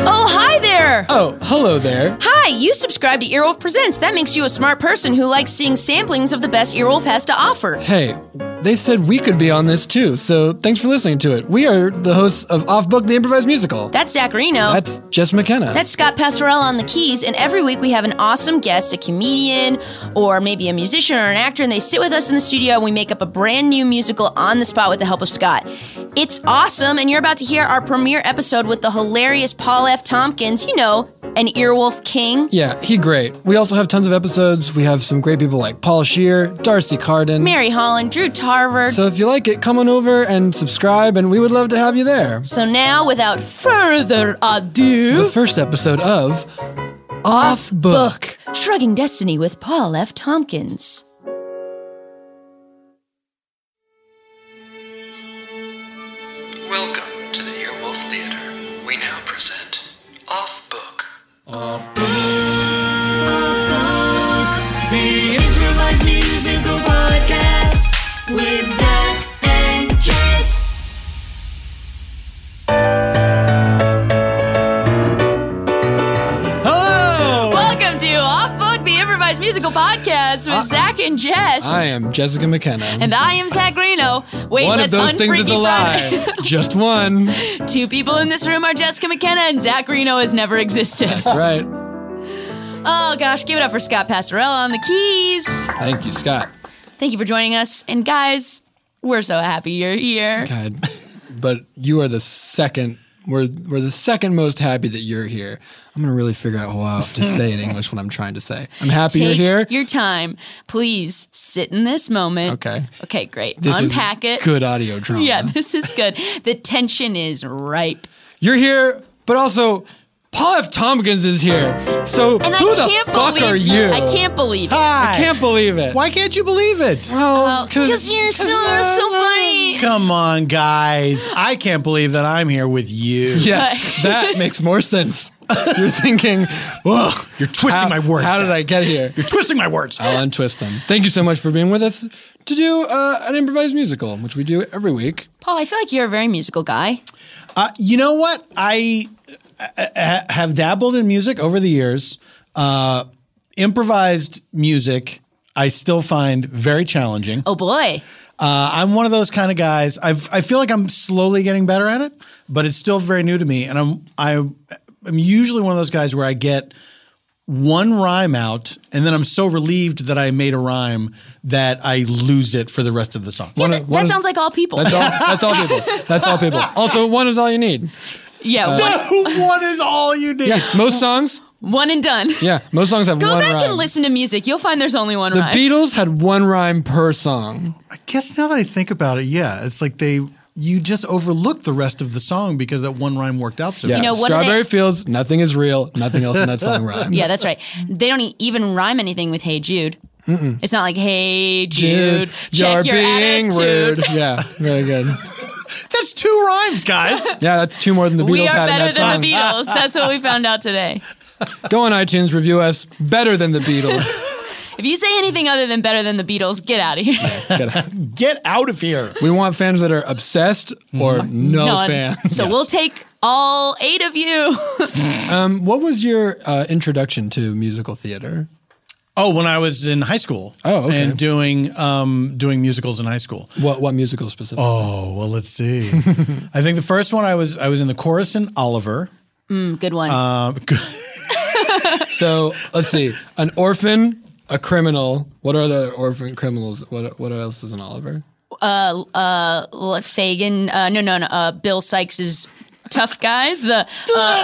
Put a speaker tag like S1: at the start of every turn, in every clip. S1: Oh, hi there!
S2: Oh, hello there.
S1: Hi, you subscribe to Earwolf Presents. That makes you a smart person who likes seeing samplings of the best Earwolf has to offer.
S2: Hey, they said we could be on this too, so thanks for listening to it. We are the hosts of Off Book the Improvised Musical.
S1: That's Zacharino.
S2: That's Jess McKenna.
S1: That's Scott Passarella on the keys, and every week we have an awesome guest, a comedian, or maybe a musician or an actor, and they sit with us in the studio and we make up a brand new musical on the spot with the help of Scott. It's awesome, and you're about to hear our premiere episode with the hilarious Paul F. Tompkins, you know, an earwolf king,
S2: yeah, he great. We also have tons of episodes. We have some great people like Paul Shear, Darcy Carden.
S1: Mary Holland, Drew Tarver. So,
S2: So if you like it, come on over and subscribe, and we would love to have you there.
S1: now, without further ado,
S2: The first episode of Off Book.
S1: Shrugging Destiny with Paul F. Tompkins.
S3: Welcome to the Earwolf Theater. We now present Off Book.
S4: The improvised musical podcast with Zach and Jess.
S2: Hello!
S1: Welcome to Off Book, the improvised musical podcast with Zach and Jess.
S2: I am Jessica McKenna.
S1: and I am Zach Reno. Wait,
S2: one of
S1: let's
S2: those things is
S1: unfreaky
S2: a
S1: Friday.
S2: lie. Just one.
S1: Two people in this room are Jessica McKenna and Zach Reno has never existed.
S2: That's right.
S1: Oh gosh, give it up for Scott Passarella on the keys.
S2: Thank you, Scott.
S1: Thank you for joining us. And guys, we're so happy you're here.
S2: God, but you are the second. We're we're the second most happy that you're here. I'm gonna really figure out how to say in English what I'm trying to say. I'm happy
S1: Take
S2: you're here.
S1: your time. Please sit in this moment.
S2: okay.
S1: Okay, great.
S2: This is
S1: Unpack it.
S2: Good audio drama.
S1: Yeah, this is good. The tension is ripe.
S2: You're here, but also Paul F. Tompkins is here. So
S1: And
S2: who
S1: I
S2: the
S1: can't
S2: fuck
S1: believe
S2: are you?
S1: I can't believe it.
S2: I can't believe it.
S5: Why can't you believe it?
S2: Oh,
S1: Oh, because you're so, so funny.
S5: Come on, guys. I can't believe that I'm here with you.
S2: Yes, that makes more sense. You're thinking, whoa,
S5: You're twisting
S2: how-
S5: my words.
S2: How did I get here?
S5: You're twisting my words.
S2: I'll untwist them. Thank you so much for being with us to do uh, an improvised musical, which we do every week.
S1: Paul, I feel like you're a very musical guy.
S5: Uh, you know what? I uh, have dabbled in music over the years. Uh, improvised music, I still find very challenging.
S1: Oh boy.
S5: Uh, I'm one of those kind of guys. I've, I feel like I'm slowly getting better at it, but it's still very new to me. And I'm I, I'm usually one of those guys where I get one rhyme out, and then I'm so relieved that I made a rhyme that I lose it for the rest of the song.
S1: Yeah,
S2: One
S1: that,
S2: of- one
S1: that
S2: of-
S1: sounds like all people.
S2: That's all. That's all people. That's all people. Also, one is all you need.
S1: yeah, one,
S5: what is all you need?
S2: Yeah, most songs.
S1: one and done.
S2: Yeah, most songs have
S1: Go
S2: one
S1: back
S2: rhyme.
S1: and listen to music. You'll find there's only one
S2: The
S1: rhyme.
S2: Beatles had one rhyme per song.
S5: I guess now that I think about it, yeah, it's like they you just overlook the rest of the song because that one rhyme worked out so.
S2: Yeah,
S5: well.
S1: know, what are
S2: Strawberry
S1: they-
S2: Fields. Nothing is real. Nothing else in that song rhymes.
S1: yeah, that's right. They don't e- even rhyme anything with "Hey Jude." It's not like "Hey Jude,
S2: Dude,
S1: check your attitude."
S2: Yeah, very good.
S5: That's two rhymes, guys.
S2: Yeah, that's two more than the Beatles
S1: We are
S2: had in
S1: better
S2: that song.
S1: than the Beatles. That's what we found out today.
S2: Go on iTunes, review us. Better than the Beatles.
S1: If you say anything other than better than the Beatles, get out of here.
S5: Get out of here. Mm.
S2: we want fans that are obsessed or no
S1: None.
S2: fans.
S1: So we'll take all eight of you.
S2: Um, What was your uh, introduction to musical theater?
S5: Oh, when I was in high school. Oh, okay. And doing um, doing musicals in high school.
S2: What what musical specifically?
S5: Oh, well, let's see. I think the first one I was I was in the chorus in Oliver.
S1: Mm, good
S2: Uh,
S1: one.
S5: Um,
S2: so let's see. An orphan, a criminal. What are the orphan criminals? What what else is an Oliver?
S1: uh, uh, L- Fagin. Uh, no, no, no. Uh, Bill Sykes's tough guys. The uh,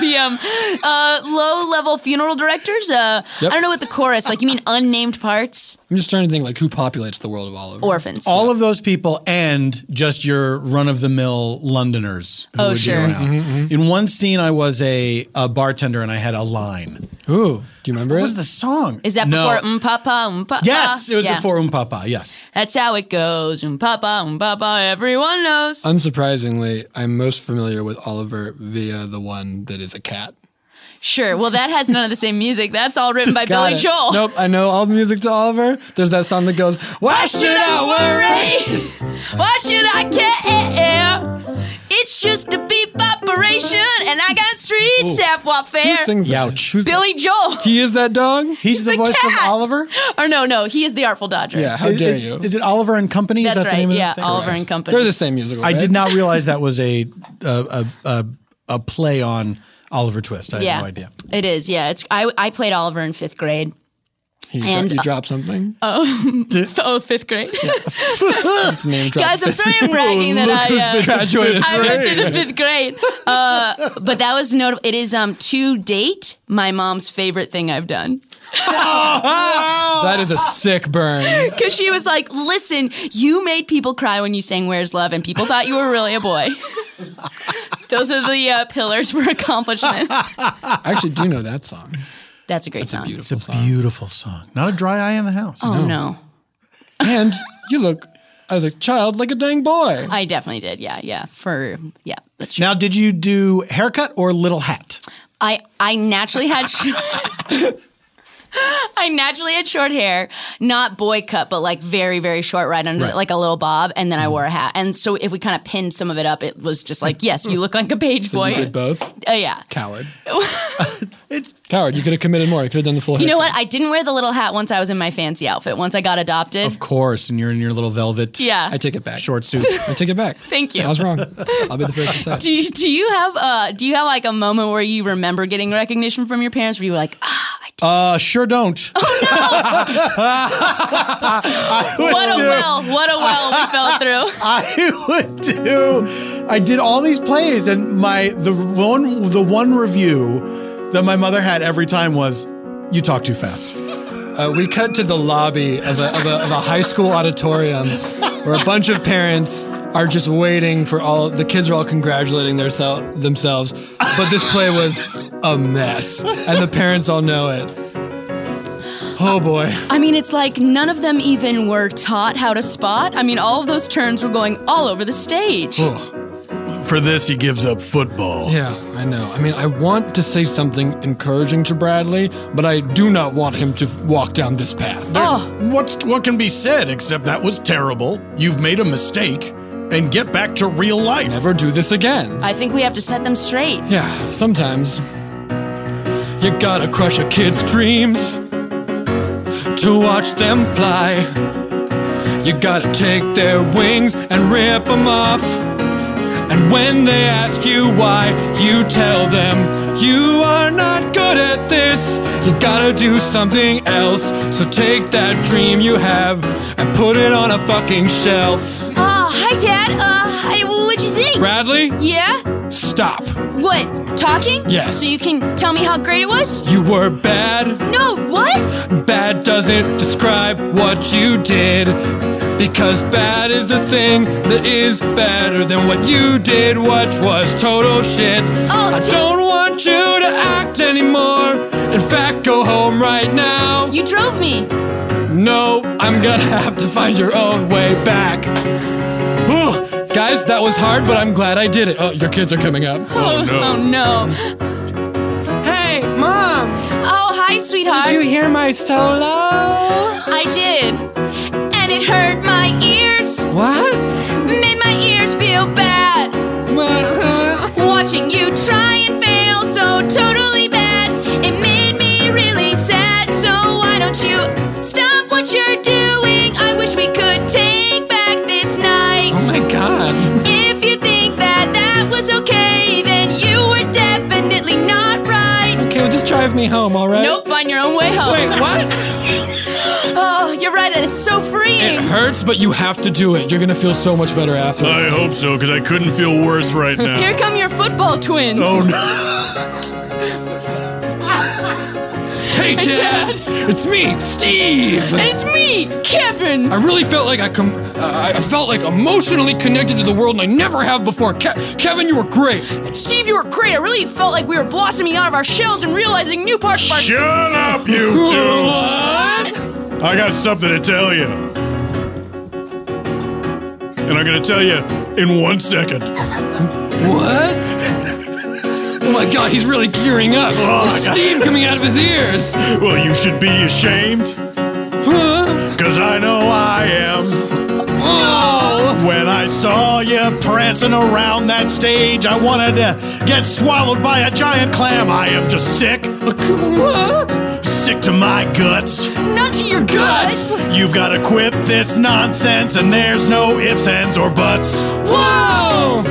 S1: the um, uh, low level funeral directors. Uh,
S2: Yep.
S1: I don't know what the chorus. Like you mean unnamed parts?
S2: I'm just trying to think like who populates the world of Oliver.
S1: Orphans.
S5: all of those people and just your run of the mill Londoners who
S1: Oh,
S5: would be
S1: sure.
S5: around.
S2: Mm-hmm,
S5: In one scene, I was a, a bartender and I had a line.
S2: Ooh, do you remember
S5: What
S2: it?
S5: was the song?
S1: Is that
S5: No.
S1: before um papa um papa?
S5: Yes, it was
S1: Yeah.
S5: before Um Papa. Yes.
S1: That's how it goes. Um papa um papa. Everyone knows.
S2: Unsurprisingly, I'm most familiar with Oliver via the one that is a cat.
S1: Sure. Well, that has none of the same music. That's all written by Billy
S2: it.
S1: Joel.
S2: Nope, I know all the music to Oliver. There's that song that goes, Why should I worry?
S1: Why should I care? It's just a beep operation, and I got street staff
S2: Who
S1: warfare.
S2: sings that?
S5: Youch.
S2: Who's
S1: Billy Joel.
S2: that? He is that dog?
S5: He's, the, voice
S1: cat.
S5: of Oliver?
S1: Or no, no, he is the Artful Dodger.
S2: Yeah, how
S5: Is-
S2: dare
S5: is-
S2: you?
S5: Is it Oliver and Company?
S1: That's
S5: is that the
S1: right.
S5: name of
S1: Yeah,
S5: the thing?
S1: Oliver and Company.
S2: They're the same musical.
S5: I
S2: right?
S5: did not realize that was a a, a, a, a play on Oliver Twist. I
S1: yeah,
S5: had no idea.
S1: It is. Yeah, it's. I I played Oliver in fifth grade.
S2: He dro-
S1: and- uh,
S2: you dropped something.
S1: Oh, fifth grade,
S2: It's a name drop.
S1: guys! I'm sorry, I'm bragging that I. Uh,
S2: graduated.
S1: I went to the fifth grade, uh, but that was notable. It is um to date my mom's favorite thing I've done.
S2: that is a sick burn.
S1: Because she was like, listen, you made people cry when you sang Where's Love, and people thought you were really a boy. Those are the uh, pillars for accomplishment.
S2: I actually do know that song.
S1: That's a great song.
S5: It's a beautiful song. Not a dry eye in the house.
S1: oh, no.
S2: And you look as a child like a dang boy.
S1: I definitely did. Yeah, yeah. For, yeah, that's true.
S5: Now, did you do haircut or little hat?
S1: I, I naturally had short. I naturally had short hair, not boy cut, but like very, very short, right under,
S5: Right.
S1: like a little bob. And
S2: Mm-hmm.
S1: then I wore a hat. And so if we kind of pinned some of it up, it was just like, yes, you look like a page
S2: So
S1: boy.
S2: you did both.
S1: Uh, yeah.
S2: Coward. Coward. You could have committed more. You could have done the full.
S1: You know
S2: haircut.
S1: what? I didn't wear the little hat once I was in my fancy outfit. Once I got adopted.
S5: Of course, and you're in your little velvet
S1: yeah.
S2: I take it back.
S5: short suit.
S2: I take it back.
S1: Thank you.
S2: I was wrong. I'll be the first to say.
S1: do, you, do you have uh do you have like a moment where you remember getting recognition from your parents where you were like ah,
S5: uh, sure don't.
S1: "Ah, what a well what a well we fell through
S5: I would do. I did all these plays, and my the one the one review that my mother had every time was, "You talk too fast."
S2: Uh, we cut to the lobby of a, of, a, of a high school auditorium where a bunch of parents are just waiting for all the kids are all congratulating their sel- themselves but this play was a mess and the parents all know it oh boy
S1: I mean it's like none of them even were taught how to spot I mean all of those turns were going all over the stage
S2: Ugh.
S5: For this, he gives up football.
S2: yeah i know i mean i want to say something encouraging to bradley but i do not want him to f- walk down this path
S1: oh
S5: What's what can be said except that was terrible. You've made a mistake, and get back to real life.
S2: never do this again
S1: I think we have to set them straight
S2: Yeah, sometimes. You gotta crush a kid's dreams to watch them fly. You gotta take their wings and rip them off. And when they ask you why, you tell them you are not good at this. You gotta do something else. So take that dream you have and put it on a fucking shelf.
S1: oh hi dad uh hi what'd you think
S2: Bradley,
S1: yeah
S2: stop.
S1: what talking
S2: Yes.
S1: so you can tell me how great it was
S2: You were bad.
S1: no what
S2: Bad doesn't describe what you did. Because bad is a thing that is better than what you did, which was total shit.
S1: Oh,
S2: I
S1: dude.
S2: don't want you to act anymore. In fact, go home right now.
S1: you drove me
S2: no, I'm gonna have to find your own way back. Whew. Guys, that was hard, but I'm glad I did it. Oh, your kids are coming up.
S1: Oh no. Oh no.
S2: Hey, mom,
S1: Oh, hi, sweetheart.
S2: hear my solo?
S1: I did. And it hurt my ears.
S2: What?
S1: Made my ears feel bad. Watching you try and fail so totally bad. It made me really sad. So why
S2: Oh
S4: If you think that that was okay, then you were definitely not right.
S2: Okay, well, just drive me home, all right?
S1: Nope, find your own way home.
S2: Wait, what?
S1: oh, you're right, and it's so freeing.
S2: It hurts, but you have to do it. You're gonna feel so much better after.
S6: I hope so, because I couldn't feel worse right now.
S1: Here come your football twins.
S6: Oh no!
S2: Hey, Dad! It's me, Steve.
S1: And it's me, Kevin.
S2: I really felt like I com- uh, I felt like emotionally connected to the world, and I never have before. Ke- Kevin, you were great.
S1: Steve, you were great. I really felt like we were blossoming out of our shells and realizing new parts of our
S6: Shut up, you
S4: Oh,
S6: two! I got something to tell you. And I'm gonna tell you in one second.
S2: What? Oh my God, he's really gearing up.
S6: Oh,
S2: There's
S6: my God.
S2: steam coming out of his ears.
S6: Well, you should be ashamed. Cause I know I am.
S2: Oh.
S6: When I saw you prancing around that stage, I wanted to get swallowed by a giant clam. I am just sick. Sick to my guts.
S1: Not to your guts.
S6: You've gotta quit this nonsense, and there's no ifs, ands, or buts. Whoa!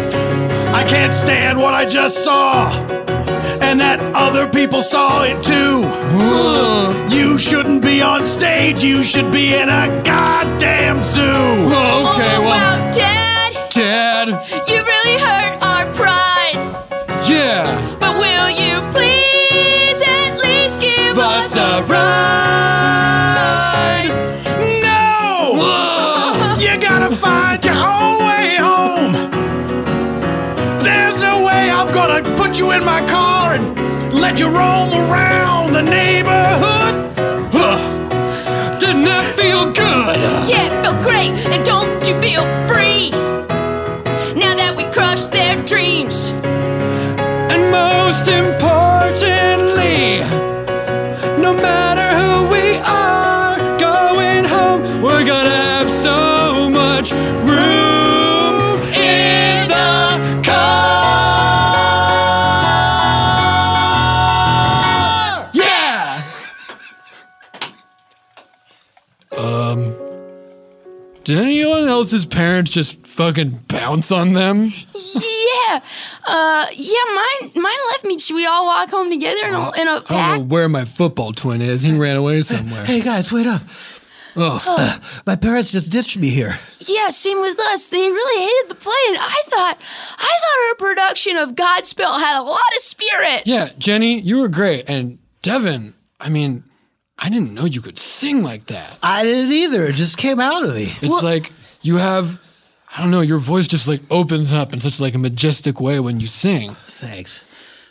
S6: I can't stand what I just saw, and that other people saw it too. You shouldn't be on stage, you should be in a goddamn zoo.
S2: Okay,
S4: Oh,
S2: well,
S4: wow, Dad,
S2: Dad.
S4: you really hurt our pride.
S2: Yeah.
S4: But will you please at least give us
S2: Us
S4: a
S2: a ride.
S6: No! You gotta find your own way home. There's no way I'm gonna put you in my car and let you roam around the neighborhood. Huh.
S2: Didn't that feel good?
S4: Yeah, it felt great, and don't you feel free? Now that we crushed their dreams,
S2: And most importantly, no matter who we are going home, we're gonna have so much room in the car. Yeah. Um. Did anyone else's parents just fucking bounce on them?
S1: Yeah, uh, yeah. Mine, mine left me. Should we all walk home together in a, in a
S2: I don't
S1: pack?
S2: know where my football twin is. He ran away somewhere.
S5: Hey guys, wait up.
S2: Oh,
S5: My parents just ditched me here.
S1: Yeah, same with us. They really hated the play, and I thought, I thought her production of Godspell had a lot of spirit.
S2: Yeah, Jenny, you were great. And Devin, I mean, I didn't know you could sing like that.
S5: I didn't either. It just came out of me.
S2: It's like you have, I don't know, your voice just like opens up in such like a majestic way when you sing.
S5: Thanks.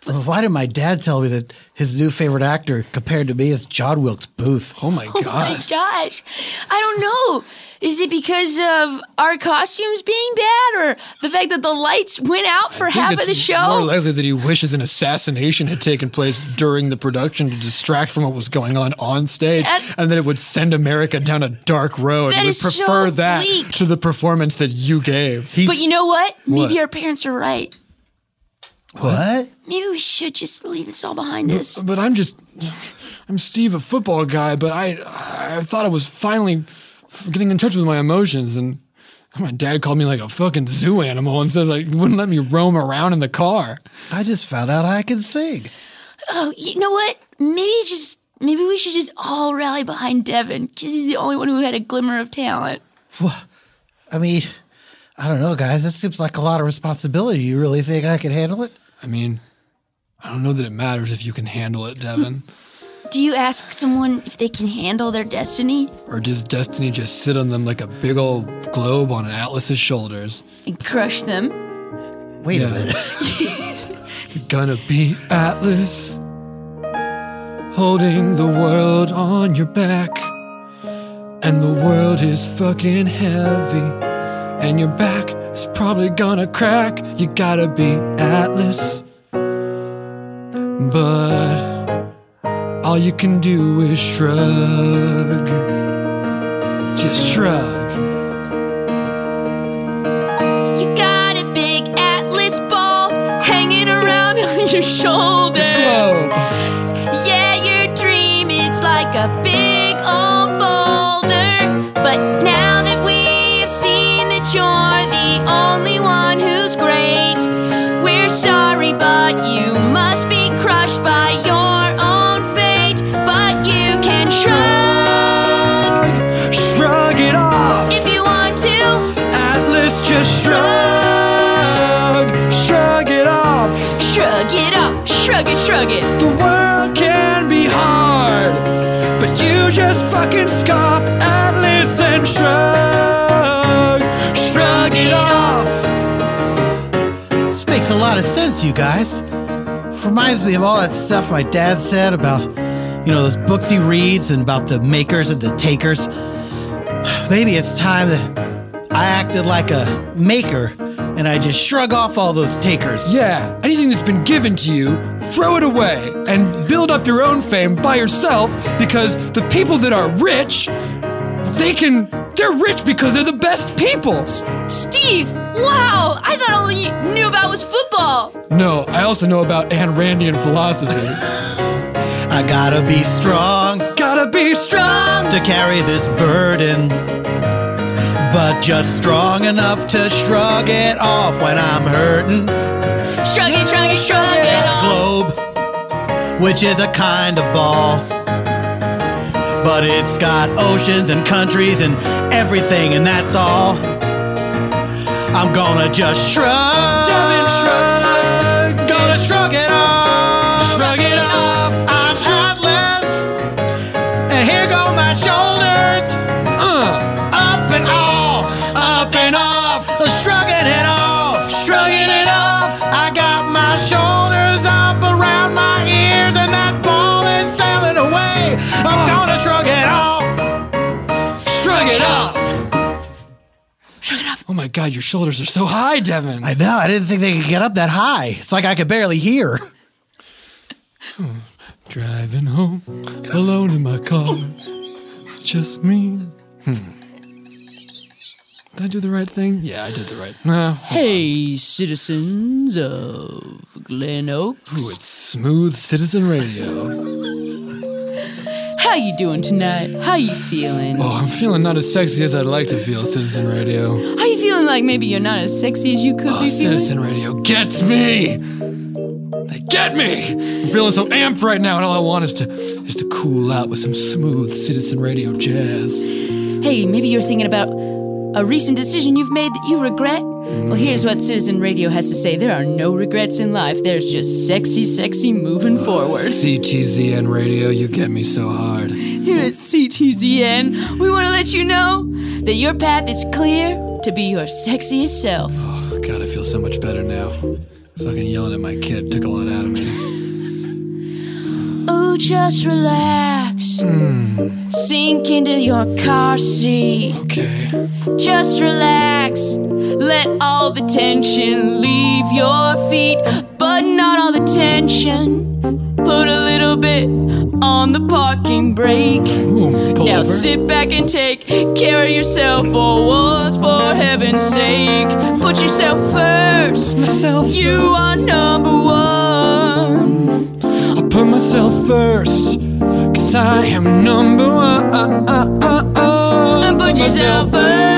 S5: Well, why did my dad tell me that his new favorite actor compared to me is John Wilkes Booth?
S2: Oh my
S1: Oh my
S2: God.
S1: gosh, I don't know. Is it because of our costumes being bad, or the fact that the lights went out for
S2: I think
S1: half of
S2: it's
S1: the show?
S2: More likely that he wishes an assassination had taken place during the production to distract from what was going on on stage,
S1: That-
S2: and that it would send America down a dark road.
S1: That
S2: he would
S1: is so
S2: prefer that
S1: bleak.
S2: to the performance that you gave.
S1: but you know what? Maybe
S2: What?
S1: our parents are right.
S5: What?
S1: Maybe we should just leave this all behind us.
S2: But I'm just, I'm Steve, a football guy. But I, I thought I was finally getting in touch with my emotions, and my dad called me like a fucking zoo animal and says like he wouldn't let me roam around in the car.
S5: I just found out I can sing.
S1: Oh, you know what? Maybe just maybe we should just all rally behind Devin because he's the only one who had a glimmer of talent.
S5: I mean, I don't know, guys. That seems like a lot of responsibility. You really think I can handle it?
S2: I mean, I don't know that it matters if you can handle it, Devin,
S1: Do you ask someone if they can handle their destiny
S2: or does destiny just sit on them like a big old globe on an atlas's shoulders?
S1: and crush them?
S5: Wait
S2: Yeah.
S5: a minute.
S2: You're gonna be Atlas, holding the world on your back. And the world is fucking heavy, and your back is probably gonna crack. You gotta be Atlas. But all you can do is shrug. Just shrug.
S4: you got a big atlas ball hanging around on your shoulders.
S2: Globe.
S4: Yeah, your dream, it's like a big old boulder. But now that we've seen that you're the only one
S7: Shrug it, shrug it.
S2: The world can be hard, but you just fucking scoff and listen, shrug, shrug it off.
S8: This makes a lot of sense, you guys. Reminds me of all that stuff my dad said about, you know, those books he reads and about the makers and the takers. Maybe it's time that I acted like a maker and I just shrug off all those takers.
S2: Yeah, anything that's been given to you, throw it away and build up your own fame by yourself because the people that are rich, they can, they're rich because they're the best people.
S7: Steve, wow! I thought all you knew about was football.
S2: No, I also know about Ayn Randian philosophy.
S8: I gotta be strong,
S2: gotta be strong
S8: to carry this burden. But just strong enough to shrug it off when I'm hurting.
S7: Shrug it, shrug it, shrug it off.
S8: Globe, which is a kind of ball. But it's got oceans and countries and everything, and that's all. I'm gonna just shrug. shrug. Gonna shrug it off. Shrug it off. I'm heartless. And here go my shoulders. Uh. Up and off. Up and off. Shrugging it off. Shrugging it off. I got my shoulders up around my ears, and that ball is sailing away. I'm gonna shrug it off.
S2: Shrug it off. Oh my God, your shoulders are so high, Devin.
S8: I know. I didn't think they could get up that high. It's like I could barely hear.
S2: Driving home alone in my car, just me. Hmm. Did I do the right thing? Yeah, I did the right. No.
S1: Hey, citizens of Glen Oaks.
S2: Ooh, it's smooth citizen radio.
S1: How you doing tonight? How you feeling?
S2: Oh, I'm feeling not as sexy as I'd like to feel, citizen radio.
S1: How you feeling like maybe you're not as sexy as you could
S2: Oh,
S1: be feeling?
S2: Citizen Radio gets me. They get me. I'm feeling so amped right now, and all I want is to is to cool out with some smooth Citizen Radio jazz.
S1: Hey, maybe you're thinking about a recent decision you've made that you regret?
S2: Mm.
S1: Well, here's what Citizen Radio has to say. There are no regrets in life. There's just sexy, sexy moving forward.
S2: CTZN Radio, you get me so hard.
S1: Here at CTZN, we want to let you know that your path is clear to be your sexiest self.
S2: Oh, God, I feel so much better now. Fucking yelling at my kid took a lot out of me.
S1: Oh, just relax. Sink into your car seat.
S2: Okay.
S1: Just relax. Let all the tension leave your feet, but not all the tension. Put a little bit on the parking brake. now sit back and take care of yourself for once, for heaven's sake. Put yourself first. You are number one.
S2: I put myself first, cause I am number one.
S1: And put yourself first.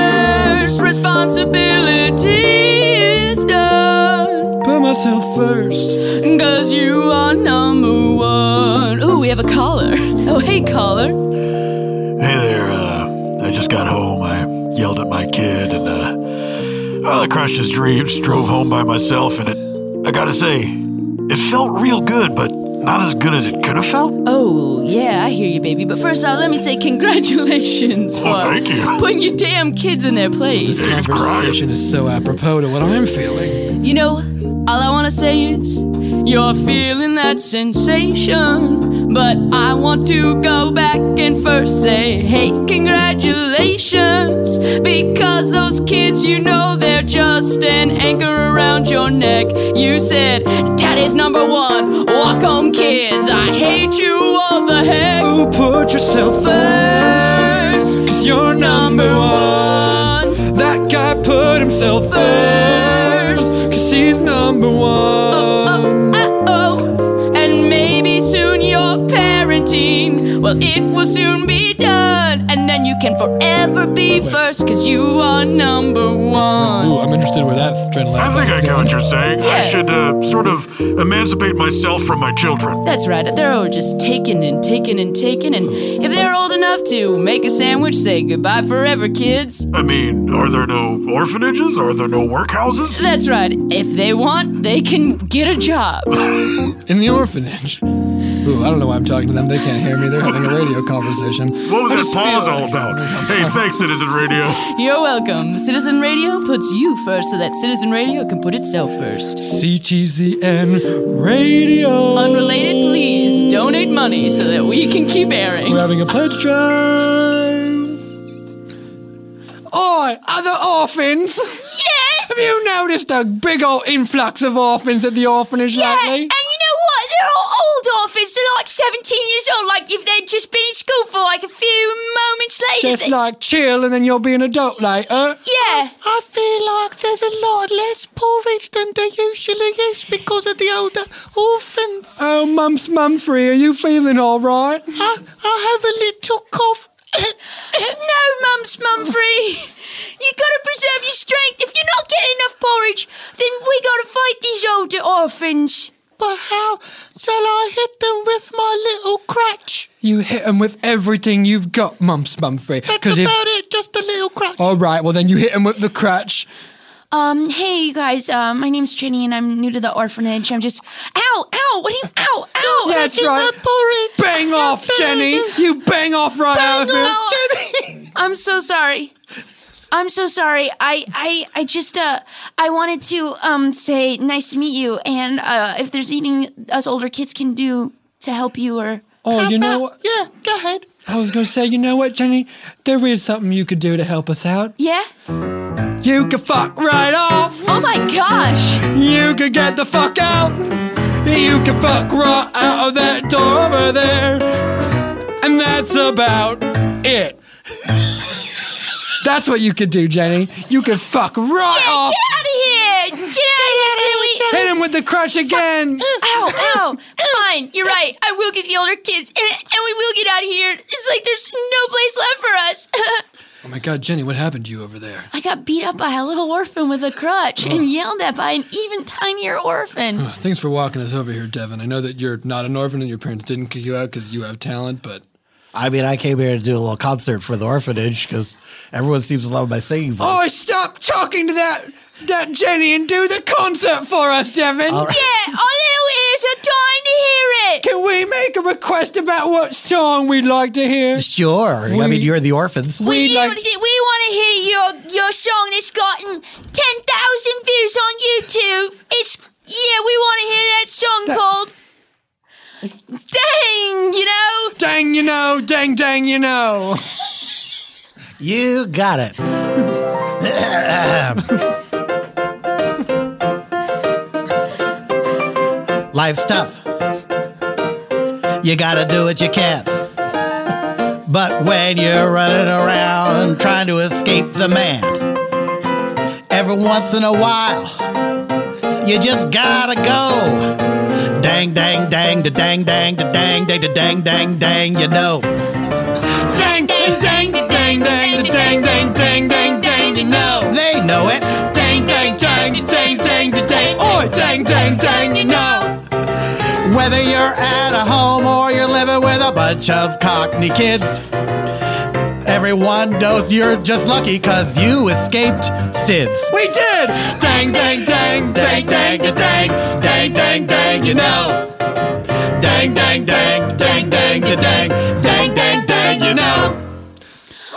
S1: Responsibility is done.
S2: Put myself first.
S1: Cause you are number one. Ooh, we have a caller. Oh, hey, caller.
S6: Hey there, uh, I just got home. I yelled at my kid and, uh, well, I crushed his dreams, drove home by myself, and it, I gotta say, it felt real good, but not as good as it could have felt.
S1: Oh, yeah, I hear you, baby. But first off, let me say congratulations for
S6: Well, thank you.
S1: putting your damn kids in their place.
S2: Oh, This conversation is so apropos to what I'm feeling.
S1: You know, all I want to say is you're feeling that sensation. But I want to go back and first say, hey, congratulations. Because those kids, you know, they're just an anchor around your neck. You said, Daddy's number one, walk home, kids. I hate you all the heck.
S2: Oh, put yourself
S1: first,
S2: cause you're number one. That guy put himself first, cause he's number one.
S1: Oh, and maybe soon your parenting, well, it will soon be done. And then you can
S9: and forever be first, cause you are number one.
S7: Ooh, I'm interested where that trend
S6: I
S7: lands.
S6: think I get what you're saying. I
S9: Yeah.
S6: should uh, sort of emancipate myself from my children.
S9: That's right. They're all just taken and taken and taken, and if they're old enough to make a sandwich, say goodbye forever, kids.
S6: I mean, are there no orphanages? Are there no workhouses?
S9: That's right. If they want, they can get a job.
S7: In the orphanage. Ooh, I don't know why I'm talking to them. They can't hear me. They're having a radio conversation.
S6: What was that pause all about? Hey, thanks, Citizen Radio.
S9: You're welcome. Citizen Radio puts you first so that Citizen Radio can put itself first.
S7: CTZN Radio.
S9: Unrelated, please donate money so that we can keep airing.
S7: We're having a pledge drive. Oi, other orphans! Yeah! Have you noticed a big old influx of orphans at the orphanage
S1: Yeah, and
S7: lately?
S1: you know what? They're all old orphans. They're like 17 years old, like if they'd just been in school for like a few moments later.
S7: Just
S1: they-
S7: like chill and then you'll be an adult later.
S1: Yeah.
S2: I feel like there's a lot less porridge than there usually is because of the older orphans.
S7: Oh, Mumps Mumfrey, are you feeling all right?
S2: I, I have a little cough.
S1: no, Mums Mumfrey. You gotta preserve your strength. If you're not getting enough porridge, then we gotta fight these older orphans.
S2: But how shall I hit them with my little crutch?
S7: You hit 'em with everything you've got, Mumps Mumfrey.
S2: That's
S7: 'cause if-
S2: about it, just a little crutch.
S7: All right, well then you hit 'em with the crutch.
S1: Um, hey, you guys. Uh, my name's Trini, and I'm new to the orphanage. I'm just. Ow, ow, what are you. Ow, ow.
S7: That's right. Bang off, Jenny. You Mm. bang off right out of here.
S1: I'm so sorry. I'm so sorry. I, I I just uh I wanted to um say nice to meet you and uh if there's anything us older kids can do to help you or
S7: Oh, you know what?
S1: Yeah, go ahead.
S7: I was going to say, you know what, Jenny? There is something you could do to help us out.
S1: Yeah?
S7: You could fuck right off.
S1: Oh my gosh.
S7: You could get the fuck out. You could fuck right out of that door over there. And that's about it. that's what you could do, Jenny. You could fuck right off.
S1: Get out of here! Get out
S7: Hit him with the crutch
S1: Uh,
S7: again.
S1: Ow, ow.
S9: Fine, you're right. I will get the older kids, and, and we will get out of here. It's like there's no place left for us.
S7: Oh my god, Jenny, what happened to you over there?
S1: I got beat up by a little orphan with a crutch and yelled at by an even tinier orphan.
S7: Thanks for walking us over here, Devin. I know that you're not an orphan and your parents didn't kick you out because you have talent, but
S8: I mean, I came here to do a little concert for the orphanage because everyone seems to love my singing voice.
S7: Oh, stop talking to that that Jenny and do the concert for us, Devin.
S8: All right.
S1: Yeah, our little ears are dying to hear it.
S7: Can we make a request about what song we'd like to hear?
S8: Sure. I mean, you're the orphans.
S1: We, want to- we want to hear your your song that's gotten ten thousand views on YouTube. It's yeah, we want to hear that song called "Dang," you know.
S7: Dang, you know. Dang, dang, you know.
S8: You got it.
S2: Oh,
S8: Life's tough. You gotta do what you can. But when you're running around trying to escape the man, every once in a while, you just gotta go. Dang, dang, dang, da dang, dang, da dang, dang, da dang, dang, dang, you know.
S7: Dang, dang, dang, da dang, dang, da dang, dang, dang, dang, dang, you know.
S8: They know it.
S7: Dang, dang, dang, dang, dang, da dang. Oh, dang, dang, dang, you know.
S8: Whether you're at a home or you're living with a bunch of cockney kids, everyone knows you're just lucky because you escaped SIDS.
S7: We did. Dang, dang, dang, dang, dang, da dang, dang, dang, dang, you know. Dang, dang, dang, dang, dang, da dang, dang, dang, dang, you know.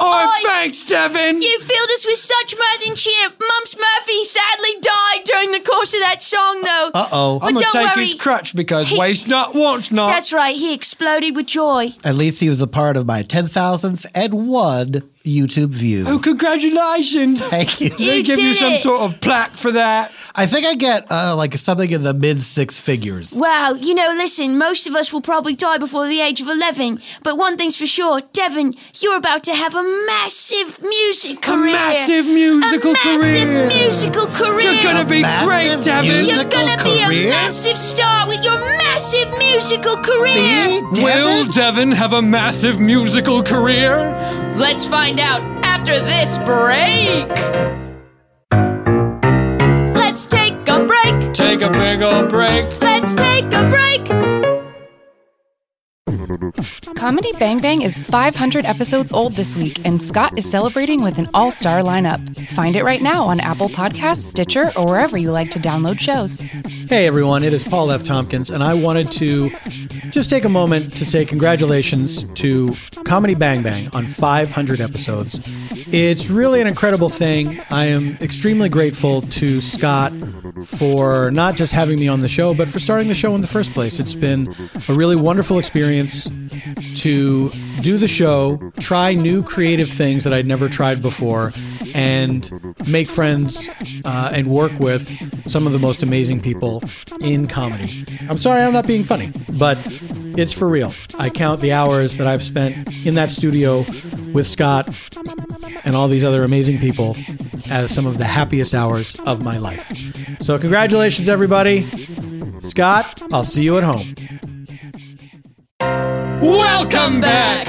S7: Oh, thanks, Devin.
S1: You filled us with such mirth and cheer. Mumps Murphy sadly died during the course of that song, though.
S8: Uh-oh.
S1: But
S7: I'm gonna
S1: don't
S7: take
S1: worry.
S7: his crutch because waste not, wants not.
S1: That's right. He exploded with joy.
S8: At least he was a part of my 10,000th and one YouTube view.
S7: Oh, congratulations!
S8: Thank you.
S7: They You give you did some it. sort of plaque for that.
S8: I think I get uh, like something in the mid six figures.
S1: Wow, you know, listen, most of us will probably die before the age of 11, but one thing's for sure, Devon, you're about to have a massive music career.
S7: massive
S1: A
S7: musical
S1: massive
S7: career.
S1: musical career.
S7: You're gonna be A great, massive Devon.
S1: You're
S7: musical
S1: gonna be
S7: career?
S1: a massive star with your
S2: massive musical career.
S7: Will Devon have a massive musical career?
S1: Let's find out after this break. Let's take a break.
S7: Take a big old break.
S1: Let's take a break.
S10: Comedy Bang Bang is 500 episodes old this week, and Scott is celebrating with an all star lineup. Find it right now on Apple Podcasts, Stitcher, or wherever you like to download shows.
S5: Hey everyone, it is Paul F. Tompkins, and I wanted to just take a moment to say congratulations to Comedy Bang Bang on 500 episodes. It's really an incredible thing. I am extremely grateful to Scott for not just having me on the show, but for starting the show in the first place. It's been a really wonderful experience to do the show, try new creative things that I'd never tried before, and make friends uh, and work with some of the most amazing people in comedy. I'm sorry I'm not being funny, but it's for real. I count the hours that I've spent in that studio with Scott and all these other amazing people as some of the happiest hours of my life. So, congratulations, everybody. Scott, I'll see you at home.
S7: Welcome back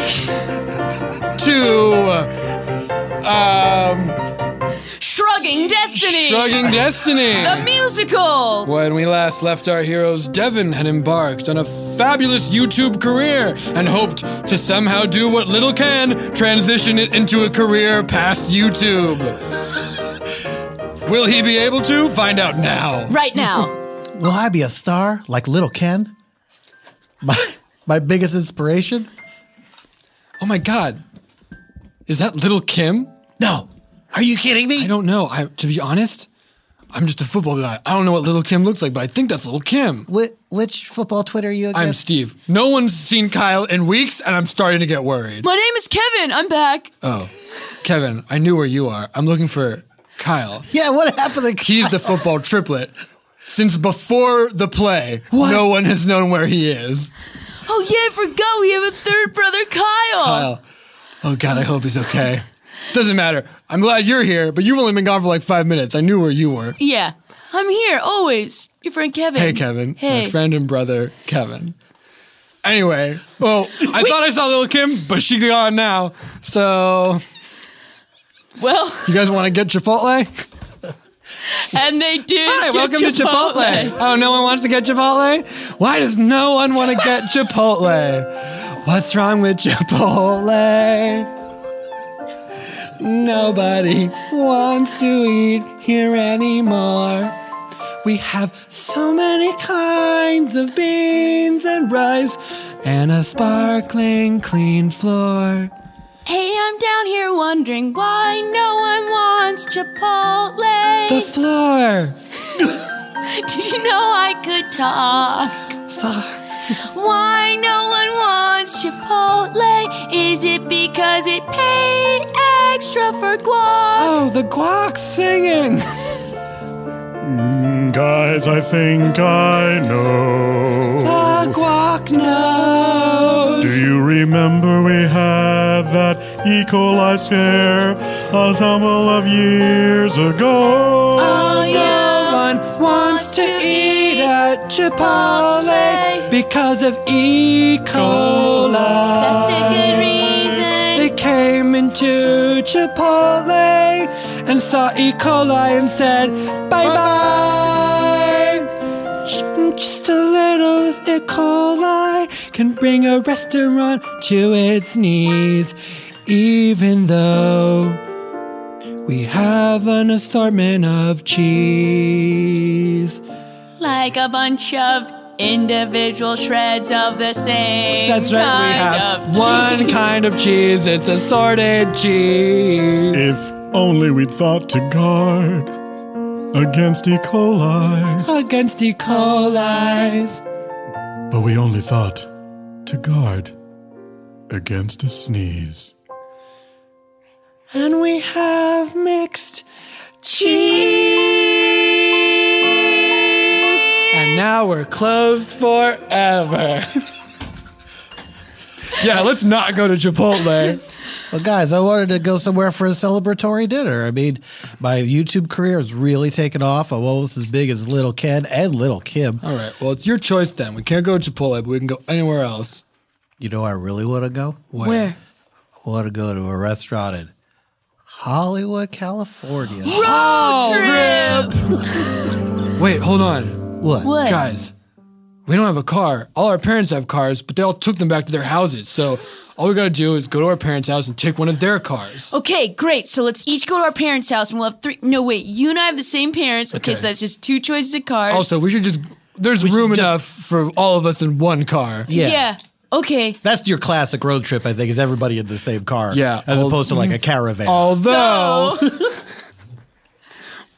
S7: to um,
S1: Shrugging Destiny.
S7: Shrugging Destiny.
S1: The musical.
S7: when we last left our heroes, Devon had embarked on a fabulous YouTube career and hoped to somehow do what little can transition it into a career past YouTube. Will he be able to? Find out now.
S1: Right now.
S8: Will I be a star like little Ken? My, my biggest inspiration?
S7: Oh my God. Is that little Kim?
S8: No. Are you kidding me?
S7: I don't know. I to be honest, I'm just a football guy. I don't know what little Kim looks like, but I think that's little Kim.
S8: Wh- which football Twitter are you against?
S7: I'm Steve. No one's seen Kyle in weeks, and I'm starting to get worried.
S1: My name is Kevin. I'm back.
S7: Oh, Kevin, I knew where you are. I'm looking for Kyle.
S8: Yeah, what happened to
S7: He's the football triplet. Since before the play, no one has known where he is.
S1: Oh yeah, I forgot we have a third brother, Kyle.
S7: Kyle. Oh, God, I hope he's okay. Doesn't matter. I'm glad you're here, but you've only been gone for like five minutes. I knew where you were.
S1: Yeah, I'm here always. Your friend Kevin.
S7: Hey, Kevin.
S1: Hey.
S7: My friend and brother, Kevin. Anyway, well, I thought I saw little Kim, but she's gone now. So,
S1: Well,
S7: you guys want to get Chipotle?
S1: and they did.
S7: Hi,
S1: get
S7: welcome to Chipotle. Oh, no one wants to get Chipotle? Why does no one want to get Chipotle? What's wrong with Chipotle? Nobody wants to eat here anymore. We have so many kinds of beans and rice and a sparkling clean floor.
S1: Hey, I'm down here wondering why no one wants Chipotle.
S7: The floor.
S1: Did you know I could talk?
S7: Sorry.
S1: Why no one wants Chipotle? Is it because it paid extra for guac?
S7: Oh, the guac's singing.
S6: Mm, Guys, I think I know.
S7: The guac knows.
S6: Do you remember we had that E. coli scare a tumble of years ago?
S7: Oh, no one wants to eat at Chipotle because of E. coli. That's
S1: a good reason.
S7: They came into Chipotle and saw E. coli and said, bye bye. Just a little E. coli can bring a restaurant to its knees, even though. We have an assortment of cheese.
S1: Like a bunch of individual shreds of the same.
S7: That's right,
S1: kind
S7: we have
S1: of
S7: one
S1: cheese.
S7: kind of cheese. It's assorted cheese.
S6: If only we thought to guard against E. coli,
S7: Against E. coli's.
S6: but we only thought to guard against a sneeze.
S7: And we have mixed cheese. And now we're closed forever. yeah, let's not go to Chipotle.
S8: Well, guys, I wanted to go somewhere for a celebratory dinner. I mean, my YouTube career has really taken off. I was as big as Little Ken and Little Kim.
S7: All right. Well, it's your choice then. We can't go to Chipotle, but we can go anywhere else.
S8: You know, I really want to go.
S7: Where? Where?
S8: I want to go to a restaurant in Hollywood, California.
S7: Oh, Road trip. Wait, hold on.
S8: What? What?
S7: Guys, we don't have a car. All our parents have cars, but they all took them back to their houses. So all we gotta do is go to our parents' house and take one of their cars.
S1: Okay, great. So let's each go to our parents' house and we'll have three. No, wait. You and I have the same parents. Okay,
S7: Okay.
S1: so that's just two choices of cars.
S7: Also, we should just. There's room enough for all of us in one car.
S1: yeah. Okay.
S8: That's your classic road trip, I think, is everybody in the same car.
S7: Yeah,
S8: As
S7: al-
S8: opposed to like a caravan.
S7: Although.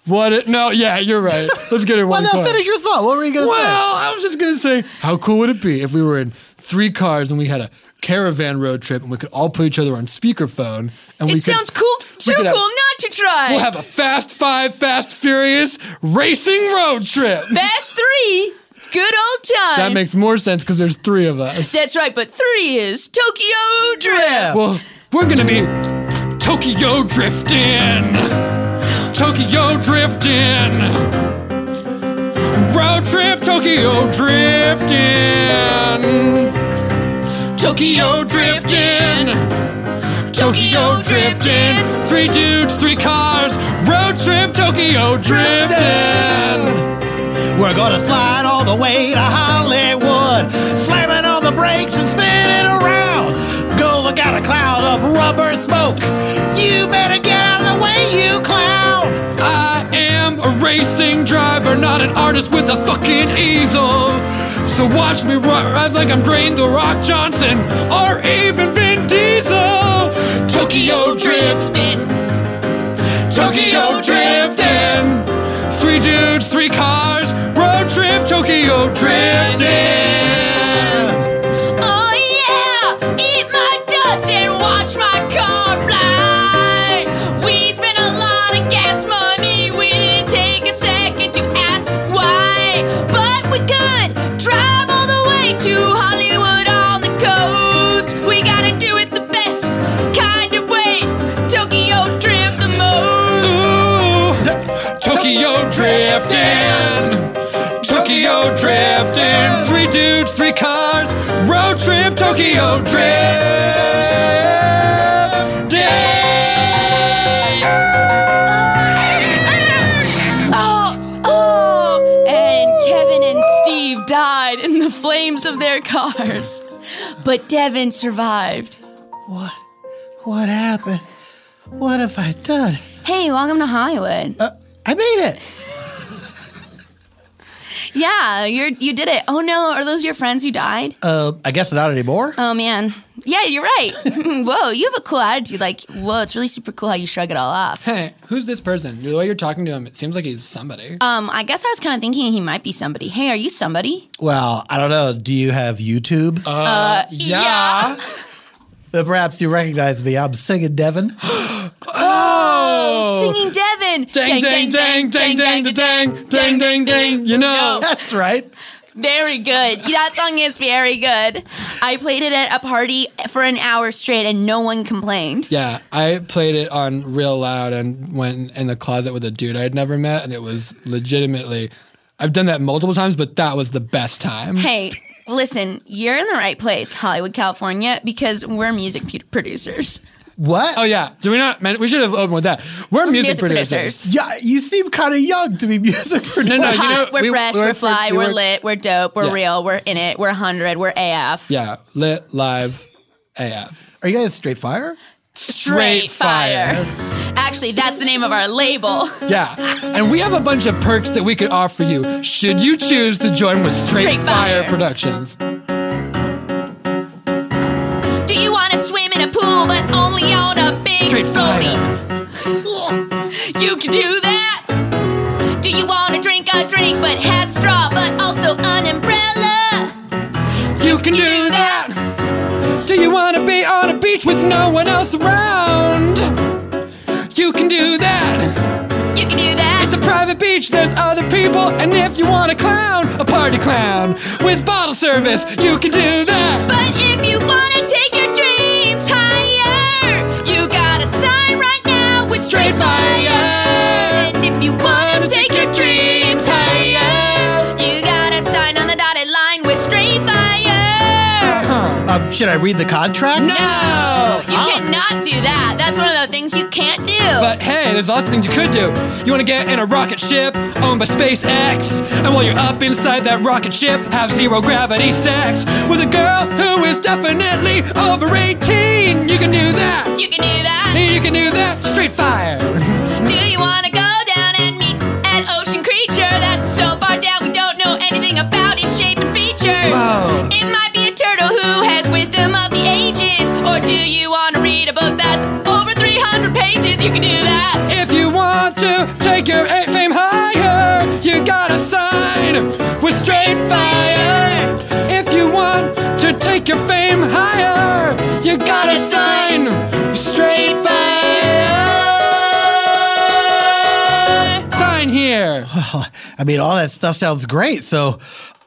S7: what? It, no, yeah, you're right. Let's get it
S8: Why
S7: one
S8: not
S7: car.
S8: finish your thought? What were you going to
S7: well,
S8: say?
S7: I was just gonna say, how cool would it be if we were in three cars and we had a caravan road trip and we could all put each other on speakerphone and
S1: it
S7: we
S1: sounds
S7: could,
S1: cool.
S7: we
S1: Too cool
S7: could have-
S1: not to try.
S7: We'll have a Fast Five, Fast Furious racing road trip.
S1: Fast three. Good old time.
S7: That makes more sense because there's three of us.
S1: That's right, but three is Tokyo Drift.
S7: Well, we're gonna be Tokyo drifting, Tokyo drifting, road trip Tokyo drifting, Tokyo drifting, Tokyo drifting. Three dudes, three cars, road trip Tokyo drifting.
S8: We're gonna slide
S11: all the way to Hollywood, slamming on the brakes and spinning around. Go look out a cloud of rubber smoke. You better get out of the way, you clown.
S7: I am a racing driver, not an artist with a fucking easel. So watch me ri- ride like I'm Dwayne The Rock Johnson or even Vin Diesel. Tokyo drifting, Tokyo drifting. Three dudes, three cars, road trip, Tokyo drifting.
S12: Oh yeah! Eat my dust and watch my car fly. We spent a lot of gas money. We didn't take a second to ask why, but we could drive all the way to Hollywood on the coast. We gotta do it the best kind of way. Tokyo drift the most.
S7: Tokyo drifting, Tokyo drifting. Three dudes, three cars, road trip, Tokyo
S1: Oh, oh! And Kevin and Steve died in the flames of their cars. But Devin survived.
S8: What? What happened? What have I done? Uh,
S1: Hey, welcome to Hollywood.
S8: I made it.
S1: yeah, you're you did it. Oh no, are those your friends who died?
S8: Uh, I guess not anymore.
S1: Oh man. Yeah, you're right. whoa, you have a cool attitude. Like, whoa, it's really super cool how you shrug it all off.
S7: Hey, who's this person? The way you're talking to him, it seems like he's somebody.
S1: Um, I guess I was kind of thinking he might be somebody. Hey, are you somebody?
S8: Well, I don't know. Do you have YouTube?
S1: Uh, yeah.
S8: Then perhaps you recognize me. I'm singing Devin.
S1: Oh, singing Devin.
S7: Dang, dang, dang, dang, dang, dang, dang, dang, dang, dang. You know.
S8: That's right.
S1: Very good. Yeah, That song is very good. I played it at a party for an hour straight and no one complained.
S7: Yeah, I played it on real loud and went in the closet with a dude I'd never met, and it was legitimately. I've done that multiple times, but that was the best
S8: Mm.
S7: time.
S1: Hey, listen, you're in the right place, Hollywood, California, because we're music pu- producers.
S8: What?
S7: Oh yeah. Do we not? Man, we should have opened with that. We're music,
S1: music
S7: producers.
S1: producers.
S8: Yeah, you seem kind of young to be music producer.
S7: No, no,
S1: we're
S7: you
S1: hot,
S7: know,
S1: we're
S7: we-
S1: fresh,
S7: we
S1: we're
S7: work for-
S1: fly,
S7: we
S1: we're
S7: work-
S1: lit, we're dope, we're
S7: Yeah.
S1: real, we're in it, we're 100, we're AF.
S7: Yeah, lit live, AF.
S8: Are you guys straight fire?
S1: Straight fire. Actually, that's the name of our label.
S7: Yeah, and we have a bunch of perks that we could offer you should you choose to join with Straight,
S1: Straight
S7: Fire.
S1: Fire.
S7: Productions.
S12: Do you want to swim in a pool, but only on a big
S7: Straight
S12: floaty? You can do that. Do you want to drink a drink, but has straw, but also an umbrella?
S7: You can do that. Do you want to be on a beach with no one else around? You can do that.
S12: You can do that.
S7: It's a private beach, there's other people, and if you want a clown, a party clown with bottle service, you can do that.
S12: But if you want to take your dreams higher, you
S7: straight fire. And if you wanna take your dreams higher, you gotta sign on the dotted line with straight fire.
S13: Uh, should I read the contract?
S7: Oh.
S1: No! You cannot do that. That's one of the things you can't do.
S2: But hey, there's lots of things you could do. You wanna get in a rocket ship owned by SpaceX, and while you're up inside that rocket ship, have zero gravity sex with a girl who is definitely over 18. You can do that.
S7: You can do that.
S2: You can do that. Straight fire.
S7: Do you want to go down and meet an ocean creature that's so far down we don't know anything about its shape and features?
S2: Whoa.
S7: It might be a turtle who has wisdom of the ages. Or do you want to read a book that's over 300 pages? You can do that.
S2: If you want to take your a- fame higher, you gotta sign with straight fire. If you want to take your fame higher, you gotta sign with straight fire. Sign here.
S8: I mean, all that stuff sounds great. So,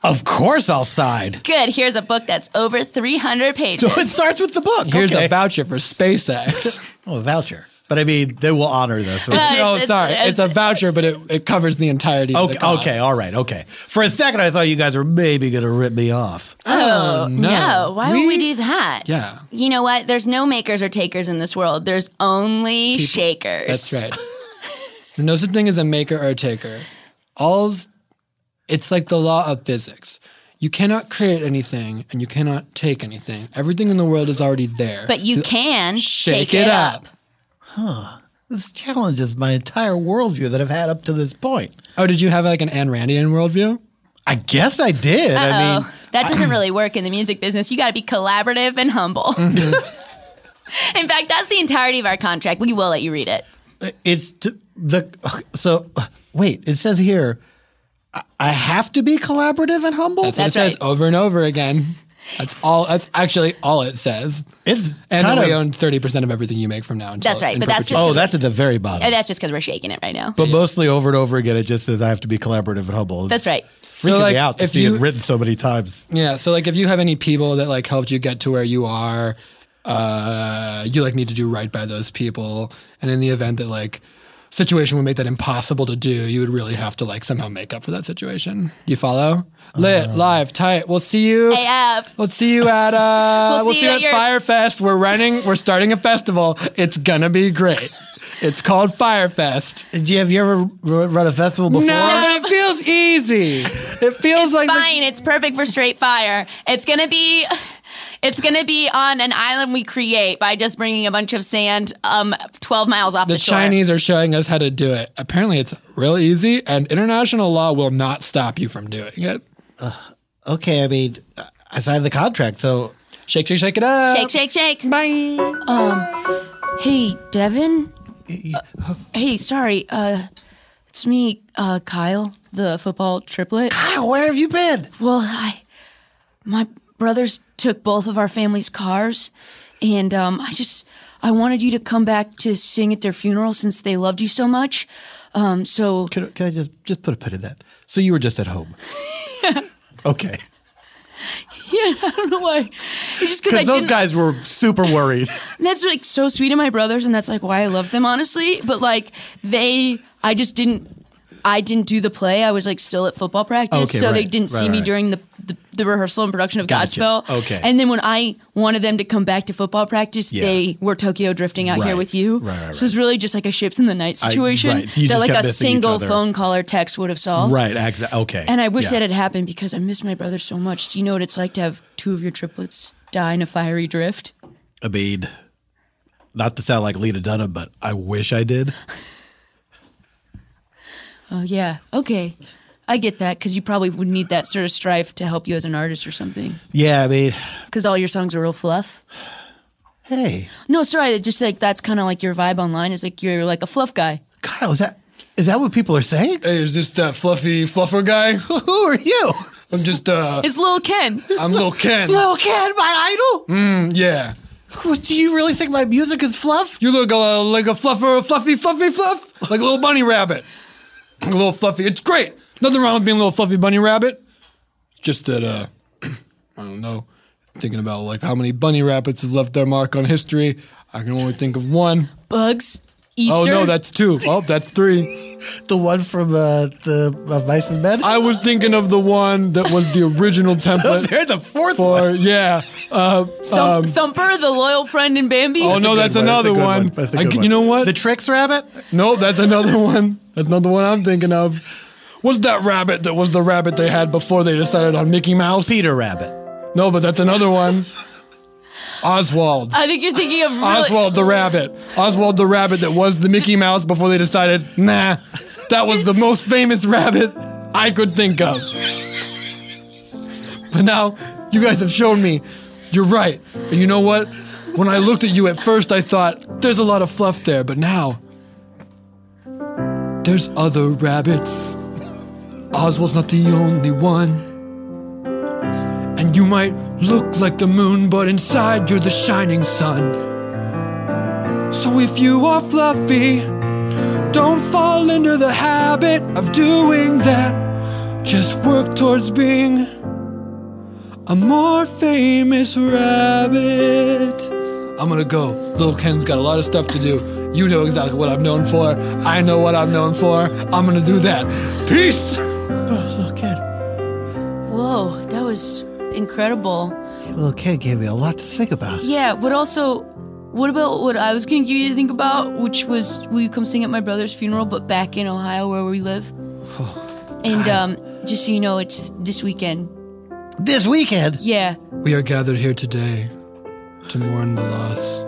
S8: of course, I'll sign.
S1: Good. Here's a book that's over 300 pages.
S8: So it starts with the book.
S2: Here's a voucher for SpaceX.
S8: oh, a voucher. But I mean, they will honor this.
S2: It's-
S1: Uh,
S2: oh, sorry. It's, a voucher, but it, it covers the entirety of
S8: Okay,
S2: the cost.
S8: okay, all right, okay. For a second, I thought you guys were maybe going to rip me off.
S1: Oh, no. Why would we do that?
S8: Yeah.
S1: You know what? There's no makers or takers in this world. There's only shakers.
S2: That's right. There's no such thing as a maker or a taker. All's it's like the law of physics. You cannot create anything and you cannot take anything. Everything in the world is already there.
S1: But you
S2: So-
S1: can shake,
S2: it
S1: it up.
S8: Huh. This challenges my entire worldview that I've had up to this point.
S2: Oh, did you have like an Ayn Randian worldview?
S8: I guess I did.
S1: Uh-oh.
S8: I mean,
S1: that doesn't really work in the music business. You got to be collaborative and humble.
S8: Mm-hmm.
S1: in fact, that's the entirety of our contract. We will let you read it.
S8: it's to, the. So, wait, it says here, I- I have to be collaborative and humble. oh,
S2: That's, what it says over and over again. That's all. That's actually all it says.
S8: It's
S2: and
S8: kind
S2: that we
S8: of-
S2: own thirty percent of everything you make from now until.
S1: That's right,
S2: in
S1: but that's just-
S2: perpetuity.
S8: Oh, that's at the very bottom.
S1: And that's just because we're shaking it right now.
S8: But mostly over and over again, it just says I have to be collaborative and humble.
S1: That's right.
S8: Freaking
S2: So, like,
S8: me out to
S2: if
S8: see
S2: you-
S8: it written so many times.
S2: Yeah. So like, if you have any people that like helped you get to where you are, uh, you like need to do right by those people. And in the event that like situation would make that impossible to do, you would really have to like somehow make up for that situation. You follow? Lit,
S8: Oh.
S2: live, tight. We'll see you.
S1: AF.
S2: We'll see you at uh.
S1: We'll
S2: we'll
S1: see
S2: see,
S1: you
S2: you
S1: at
S2: at
S1: your-
S2: Firefest. We're running. We're starting a festival. It's gonna be great. It's called Firefest.
S8: Did you have you ever run a festival
S2: No,
S8: before?
S2: but it feels easy. It feels
S1: It's
S2: like the-
S1: fine. it's perfect for straight fire. It's gonna be. It's gonna be on an island we create by just bringing a bunch of sand, um, twelve miles off the,
S2: the
S1: shore.
S2: Chinese are showing us how to do it. Apparently, it's real easy, and international law will not stop you from doing it.
S8: okay, I mean, I signed the contract, so
S2: shake, shake, shake it up.
S1: Shake, shake, shake.
S2: Bye.
S1: Um, hey, Devin. Uh, hey, sorry. Uh, it's me, uh, Kyle, the football triplet.
S8: Kyle, where have you been?
S1: Well, I, my brothers took both of our family's cars, and um, I just, I wanted you to come back to sing at their funeral since they loved you so much. Um, so
S8: can, can I just just put a pin in that? So you were just at home. okay,
S1: yeah, I don't know why. It's just because I
S8: because those
S1: didn't.
S8: guys were super worried.
S1: And that's like so sweet of my brothers, and that's like why I love them, honestly. But like they, I just didn't, I didn't do the play. I was like still at football practice,
S7: Okay,
S1: so they
S7: right,
S1: didn't
S7: right,
S1: see me
S7: right.
S1: during the, the the rehearsal and production of
S7: Gotcha,
S1: Godspell.
S7: okay.
S1: And then when I wanted them to come back to football practice,
S8: Yeah.
S1: they were Tokyo drifting out here
S8: Right,
S1: with you.
S8: right, right,
S1: So it's really just like a ships in the night
S8: I-
S1: situation
S8: right, you
S1: that
S8: just
S1: like
S8: kept
S1: a
S8: missing each
S1: single
S8: other.
S1: phone call or text would have solved.
S8: right, exactly. Okay,
S1: Oh. And I wish
S8: Yeah.
S1: that had happened because I miss my brother so much. Do you know what it's like to have two of your triplets die in a fiery drift?
S8: I mean, not to sound like Lena Dunham, but I wish I did.
S1: Oh yeah. Okay. I get that because you probably would need that sort of strife to help you as an artist or something.
S8: Yeah, I mean,
S1: Because all your songs are real fluff.
S8: hey,
S1: No, sorry. Just like that's kind of like your vibe online. Is like you're like a fluff guy.
S8: Kyle, is that is that what people are saying?
S2: Hey, is this that fluffy fluffer guy?
S8: Who are you?
S2: I'm just uh,
S1: It's Lil Ken.
S2: I'm Lil Ken.
S8: Lil Ken, my idol.
S2: Mm, yeah.
S8: Do you really think my music is fluff?
S2: You look uh, like a fluffer, fluffy, fluffy, fluff, like a little bunny rabbit, a little fluffy. It's great. Nothing wrong with being a little fluffy bunny rabbit. Just that uh, I don't know. Thinking about like how many bunny rabbits have left their mark on history. I can only think of one.
S1: Bugs.
S14: Easter.
S2: Oh no, that's two. Oh, that's three.
S8: the one from uh, the of Mice and Men.
S2: I was thinking of the one that was the original template.
S8: there's a fourth
S2: for, Yeah. Uh,
S1: Thump,
S2: um,
S1: Thumper, the loyal friend in Bambi.
S2: oh no, that's another one. I c- You know what? The
S8: tricks rabbit.
S2: No, that's another one. That's not the one I'm thinking of. What's that rabbit that was the rabbit they had before they decided on Mickey Mouse?
S8: Peter Rabbit.
S2: No, but that's another one. Oswald.
S1: I think you're thinking of really-
S2: Oswald the Rabbit. Oswald the Rabbit that was the Mickey Mouse before they decided, nah, that was the most famous rabbit I could think of. But now you guys have shown me you're right. And you know what? When I looked at you at first, I thought, there's a lot of fluff there. But now, there's other rabbits. Oswald's not the only one. And you might look like the moon, but inside you're the shining sun. So if you are fluffy, don't fall into the habit of doing that. Just work towards being a more famous rabbit. I'm gonna go. Little Ken's got a lot of stuff to do. You know exactly what I'm known for. I know what I'm known for. I'm gonna do that. Peace!
S1: Whoa, that was incredible.
S8: Little kid gave me a lot to think about.
S1: Yeah, but also, what about what I was gonna give you to think about, which was will you come sing at my brother's funeral, but back in Ohio where we live? and um, just so you know, it's this weekend.
S8: This weekend?
S1: Yeah.
S2: We are gathered here today to mourn the loss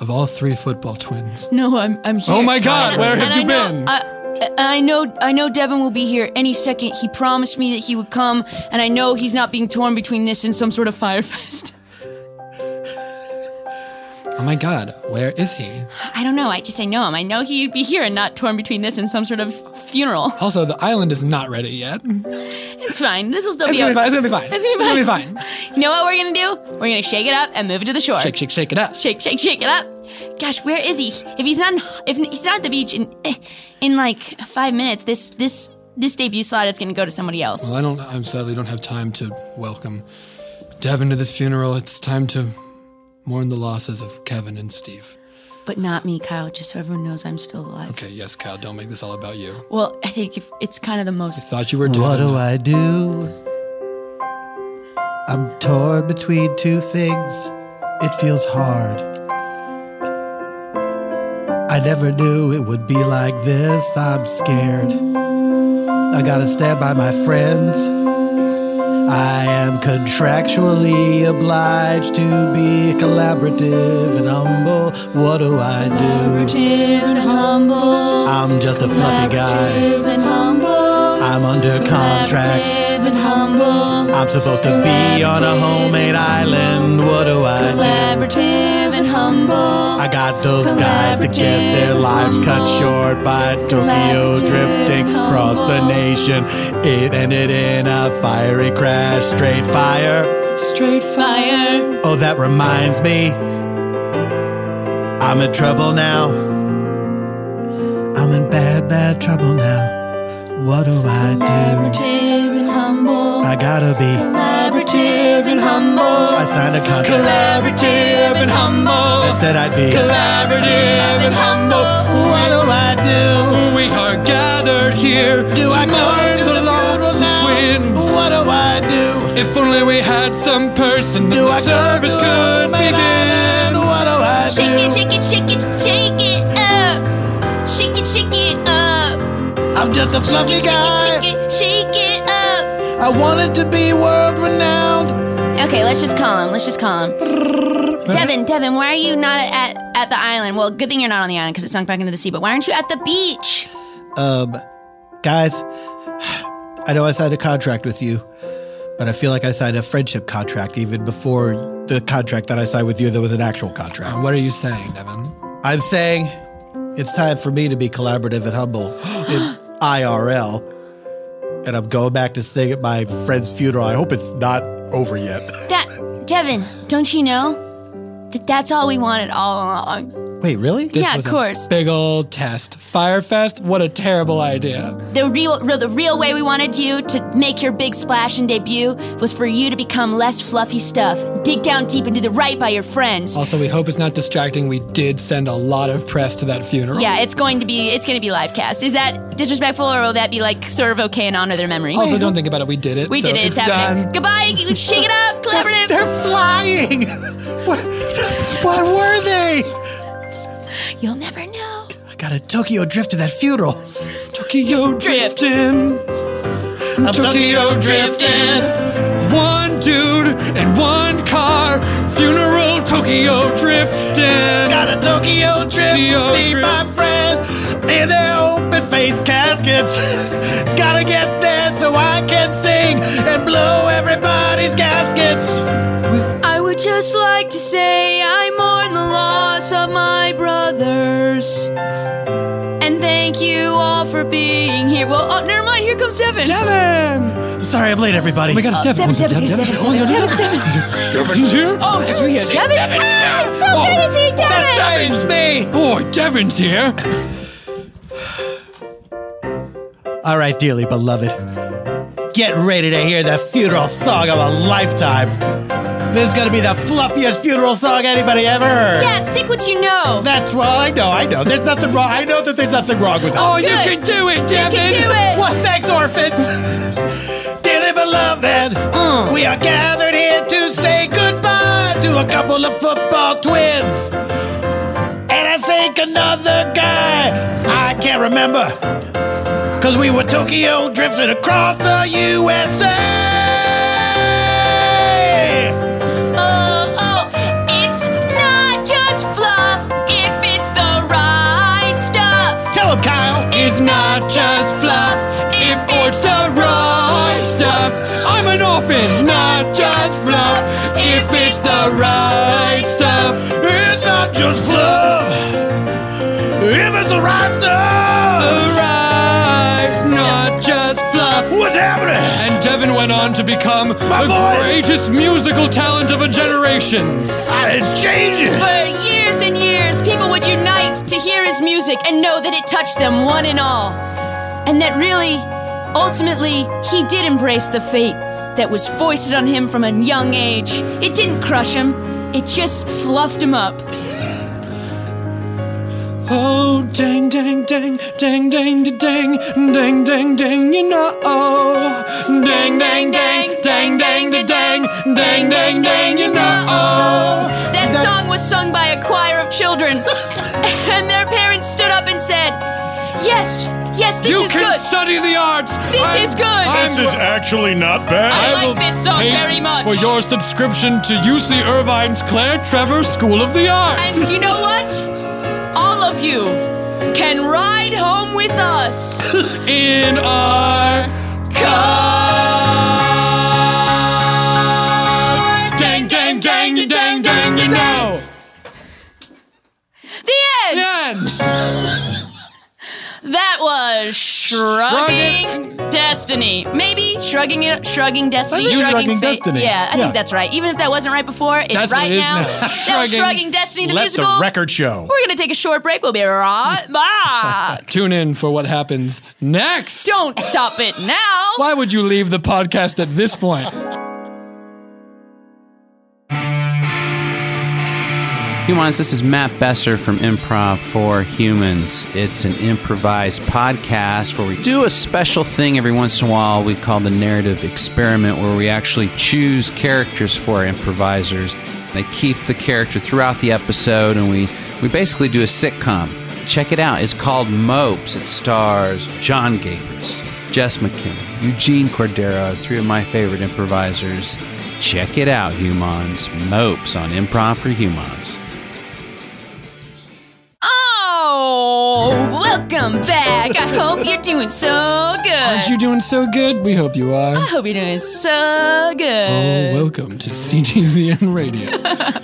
S2: of all three football twins.
S1: No, I'm I'm here.
S2: Oh my God,
S1: And-
S2: where have
S1: and
S2: you
S1: I know-
S2: been?
S1: I- and I know, I know Devin will be here any second. He promised me that he would come, and I know he's not being torn between this and some sort of firefest.
S2: Oh my god, where is he?
S1: I don't know. I just I know him. I know he'd be here and not torn between this and some sort of funeral.
S2: Also, the island is not ready yet.
S1: It's fine. This will still
S2: It's
S1: be,
S2: gonna be
S1: okay.
S2: fine, it's gonna be fine.
S1: It's gonna be fine. You know what we're gonna do? We're gonna shake it up and move it to the shore.
S2: Shake, shake, shake it up.
S1: Shake, shake, shake it up. Gosh, where is he? If he's not, if he's not at the beach in eh, in like five minutes, this this this debut slot is gonna go to somebody else.
S2: Well, I don't. I'm sadly don't have time to welcome Devin to this funeral. It's time to mourn the losses of Kevin and Steve.
S1: But not me, Kyle. Just so everyone knows, I'm still alive.
S2: Okay, yes, Kyle. Don't make this all about you.
S1: Well, I think if it's kind of the most.
S2: Thought you were Devin.
S8: What do I do? I'm torn between two things. It feels hard. I never knew it would be like this. I'm scared. I gotta stand by my friends. I am contractually obliged to be collaborative and humble. What do I do?
S1: Collaborative and humble.
S8: I'm just a fluffy guy.
S1: Collaborative and humble.
S8: I'm under contract.
S1: Collaborative and humble.
S8: I'm supposed to be on a homemade island. What do I do?
S1: Collaborative and humble.
S8: I got those guys to get their lives cut short by Tokyo drifting across the nation. It ended in a fiery crash, straight fire.
S1: Straight fire.
S8: Oh, that reminds me. I'm in trouble now. I'm in bad, bad trouble now. What do I do?
S1: Collaborative and humble.
S8: I gotta be.
S1: Collaborative and humble.
S8: I signed a contract.
S1: Collaborative and humble.
S8: That said I'd be.
S1: Collaborative and humble.
S8: What do I do?
S2: We are gathered here
S8: Do
S2: to
S8: I go
S2: mourn
S8: to
S2: the,
S8: the funeral
S2: loss of
S8: now?
S2: twins.
S8: What do I do?
S2: If only we had some person that
S8: Do
S2: the
S8: I go
S2: service
S8: to
S2: could
S8: Main
S2: begin.
S8: Island? What do I
S7: Shake it, shake it, shake it, shake it up. Shake it, shake it up.
S8: I'm just a fluffy
S7: shake it,
S8: guy.
S7: Shake it, shake it, shake it up.
S8: I wanted to be world renowned.
S14: Okay, let's just call him. Let's just call him. Devin, Devin, why are you not at, at the island? Well, good thing you're not on the island because it sunk back into the sea, but why aren't you at the beach?
S8: Um, guys, I know I signed a contract with you, but I feel like I signed a friendship contract even before the contract that I signed with you that was an actual contract.
S2: What are you saying, Devin?
S8: I'm saying it's time for me to be collaborative and humble in IRL. And I'm going back to sing at my friend's funeral. I hope it's not over yet.
S1: That Devin, don't you know that that's all we wanted all along?
S2: Wait, really?
S15: This Yeah, of was a course.
S7: big old test. Firefest, what a terrible idea.
S15: The real, real, the real way we wanted you to make your big splash and debut was for you to become less fluffy stuff. Dig down deep and do the right by your friends.
S7: Also, we hope it's not distracting. We did send a lot of press to that funeral.
S15: Yeah, it's going to be it's going to be live cast. Is that disrespectful, or will that be like sort of okay and honor their memory?
S7: Also, don't think about it. We did it.
S15: We
S7: so
S15: did it. It's,
S7: It's,
S15: happening.
S7: done.
S15: Goodbye. you- Shake it up. Collaborative.
S8: They're, flying. what, what were they?
S15: You'll never know.
S8: I got a Tokyo drift to that funeral.
S7: Tokyo drifting. I'm Tokyo drifting. One dude and one car. Funeral Tokyo drifting.
S8: Got a Tokyo trip to see my friends in their open face caskets. Gotta get there so I can sing and blow everybody's caskets.
S1: I would just like to say I mourn the loss of my brothers. And thank you all for being here. Well, oh, never mind. Here comes Devin.
S7: Devin!
S8: Sorry I'm late, everybody.
S1: Oh my God, it's Devin. Devin, Devin, Devin, Devin, Devin,
S7: Devin's here?
S1: Oh, did you hear Devin? Ah, it's so to see
S7: good
S1: Devin.
S8: me.
S7: Oh, Devin's here.
S8: All right, dearly beloved. Get ready to hear the funeral song of a lifetime. This is gonna be the fluffiest funeral song anybody ever heard.
S15: Yeah, stick what you know.
S8: That's wrong. I know, I know. There's nothing wrong. I know that there's nothing wrong with that.
S7: Oh, you Good. can do it,
S8: Devin.
S7: You can do it.
S8: What? Thanks, orphans. Dearly beloved, we are gathered here to say goodbye to a couple of football twins. And I think another guy. I can't remember. Because we were Tokyo drifting across the USA.
S16: Oh,
S1: Uh,
S16: oh, it's not just fluff if it's the right stuff.
S8: Tell him, Kyle.
S7: It's not just fluff. If it's the right stuff. I'm an orphan, not just fluff. If it's the right stuff.
S8: It's not just fluff. If it's the right stuff.
S7: Right, not just fluff.
S8: What's happening?
S7: And Devin went on to become the greatest musical talent of a generation.
S8: It's
S1: For years and years, people would unite to hear his music and know that it touched them one and all. And that really, ultimately, he did embrace the fate that was foisted on him from a young age. It didn't crush him, it just fluffed him up.
S7: Oh, dang, dang, dang, dang, dang, dang, dang, dang, dang, you know. Dang, dang, dang, dang, dang, dang, dang, dang, dang, dang, you know.
S1: That song was sung by a choir of children, and their parents stood up and said, Yes, yes, this
S7: You
S1: is
S7: can
S1: good.
S7: study the arts.
S1: This
S7: I'm-
S1: is good.
S7: I'm-
S6: This is actually not bad.
S1: I like
S7: will
S1: this song
S7: pay
S1: very much.
S7: For your subscription to UC Irvine's Claire Trevor School of the Arts.
S1: And you know what? All of you can ride home with us
S7: in our car. Dang, dang, dang, you dang, dang, you know.
S1: The end. That was shrugging destiny. Maybe shrugging it, shrugging destiny,
S2: I think Shrugging
S1: Fate.
S2: Destiny.
S1: Yeah, I
S2: Yeah.
S1: think that's right. Even if that wasn't right before, it's
S2: That's what
S1: right
S2: it is
S1: now.
S2: now.
S1: That was
S2: Shrugging.
S1: shrugging destiny, the
S2: Let the
S1: musical.
S2: record show.
S1: We're gonna take a short break. We'll be right back.
S7: Uh, Tune in for what happens next.
S1: Don't stop it now.
S7: Why would you leave the podcast at this point?
S15: Uh,
S17: Humans, this is Matt Besser from Improv for Humans. It's an improvised podcast where we do a special thing every once in a while we call the narrative experiment, where we actually choose characters for our improvisers. They keep the character throughout the episode, and we, we basically do a sitcom. Check it out. It's called Mopes. It stars John Gabris, Jess McKim, Eugene Cordero, three of my favorite improvisers. Check it out, Humans. Mopes on Improv for Humans.
S1: Oh, welcome back. I hope you're doing so good.
S7: Aren't you doing so good? We hope you are.
S1: I hope you're doing so
S7: Oh,
S1: good.
S7: welcome to CGZN Radio.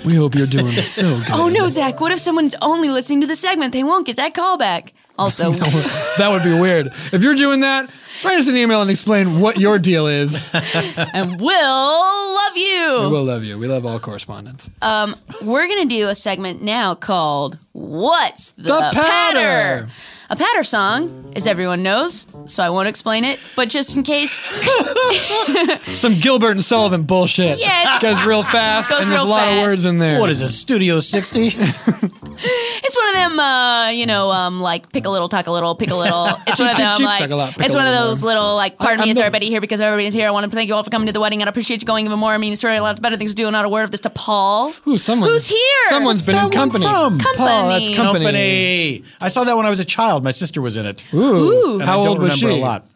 S7: we hope you're doing so good.
S1: Oh no, Zach, what if someone's only listening to the segment? They won't get that call back. Also,
S7: that would be weird. If you're doing that, Write us an email and explain what your deal is.
S1: and we'll love you.
S7: We will love you. We love all correspondence.
S1: Um, we're gonna do a segment now called "What's the,
S7: The
S1: Patter?"
S7: Patter.
S1: A patter song, as everyone knows, so I won't explain it. But just in case,
S7: Some Gilbert and Sullivan bullshit.
S1: Yeah, it's-
S7: goes real fast
S1: Goes
S7: and there's
S1: real
S7: a lot
S1: fast.
S7: of words in there.
S1: What is this,
S7: Studio 60?
S1: it's one of them, uh, you know, um, like pick a little, talk a little, pick a little. It's one of
S7: Cheep, cheep,
S1: them,
S7: cheep,
S1: like
S7: talk a lot, pick
S1: it's
S7: a
S1: one of
S7: little
S1: those
S7: more.
S1: little, like, pardon
S7: I-
S1: me,
S7: I'm
S1: is
S7: not-
S1: everybody here because everybody's here. I want to thank you all for coming to the wedding, and I appreciate you going even more. I mean, it's really a lot better things to do, and not a word of this to Paul.
S7: Who? Someone?
S1: Who's here?
S7: Someone's
S5: That one from?
S1: Company.
S5: Paul, that's company. I saw that when I was a child. My sister was in it.
S7: Ooh.
S5: And I
S7: How
S5: don't
S7: old was
S5: remember
S7: she?
S5: A lot.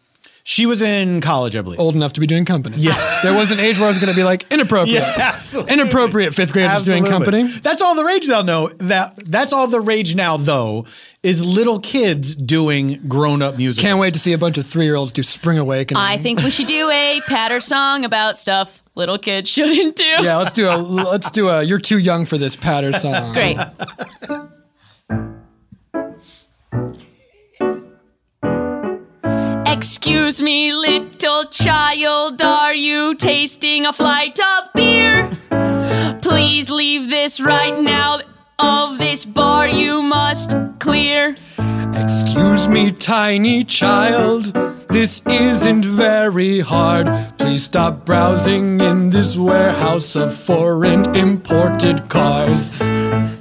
S5: She was in college, I believe.
S7: Old enough to be doing company. Yeah. there was an age where I was going to be like, inappropriate.
S5: Yeah, absolutely.
S7: Inappropriate fifth graders doing
S5: Absolutely.
S7: company.
S5: That's all the rage now. No, that that's all the rage now. Though is little kids doing grown up music.
S7: Can't wait to see a bunch of three year olds do Spring Awakening.
S1: I think we should do a patter song about stuff little kids shouldn't do.
S7: yeah, let's do a let's do a you're too young for this patter song.
S1: Great.
S18: Excuse me, little child, are you tasting a flight of beer? Please leave this right now. Of this bar, you must clear.
S7: Excuse me, tiny child. This isn't very hard. Please stop browsing in this warehouse of foreign imported cars.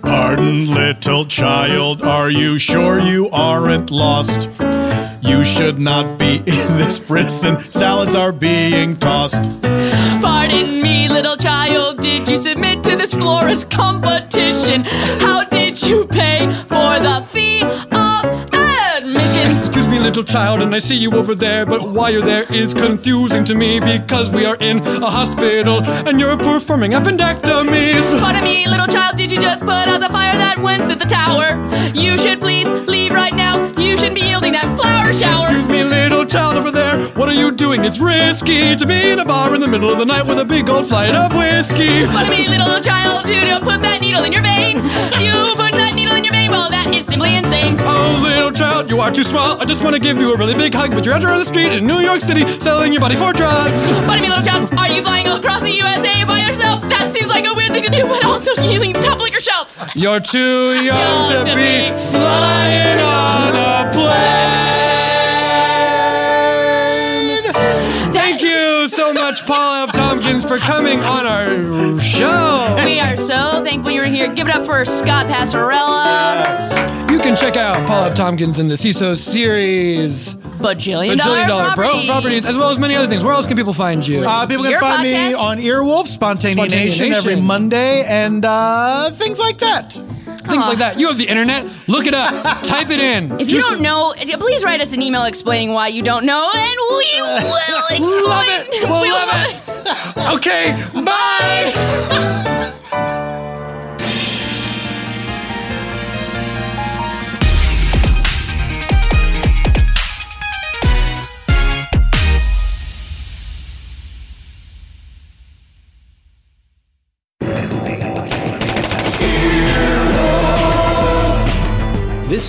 S6: Pardon, little child, are you sure you aren't lost? You should not be in this prison. Salads are being tossed.
S18: Pardon me, little child, did you submit to this florist competition? How did you pay for the fee of admission?
S7: Excuse me, little child, and I see you over there, but why you're there is confusing to me because we are in a hospital and you're performing appendectomies.
S18: Pardon me, little child, did you just put out the fire that went through the tower? You should please leave right now. You shouldn't be yielding that flower shower.
S7: Excuse me, little child over there. What are you doing? It's risky to be in a bar in the middle of the night with a big old flight of whiskey.
S18: Pardon me, little child, you don't put that needle in your vein. You put that needle in your vein, well, that is simply insane.
S7: Oh, little child, you are too small. I just want to give you a really big hug, but you're out there on the street in New York City selling your body for drugs.
S18: Pardon me, little child, are you flying across the USA by yourself? That seems like a weird thing to do, but also yielding top liquor shelf.
S7: You're too young to be flying on a plane. Thank you so much, Paul F. Tompkins, for coming on our show.
S18: We are so thankful you were here. Give it up for Scott Passarella.
S7: You can check out Paul F. Tompkins in the CISO series.
S18: Bajillion,
S7: Bajillion
S18: dollar
S7: dollar bro-
S18: properties.
S7: properties, as well as many other things. Where else can people find you?
S5: Uh, people can find me on Earwolf, Spontaneation,
S7: Spontaneation.
S5: every Monday, and uh, things like that.
S7: Things like that. You have the internet. Look it up. Type it in.
S1: If
S7: Do
S1: you
S7: some-
S1: don't know, please write us an email explaining why you don't know, and we will explain.
S7: Love it. We'll love
S1: it.
S7: okay, bye.
S19: This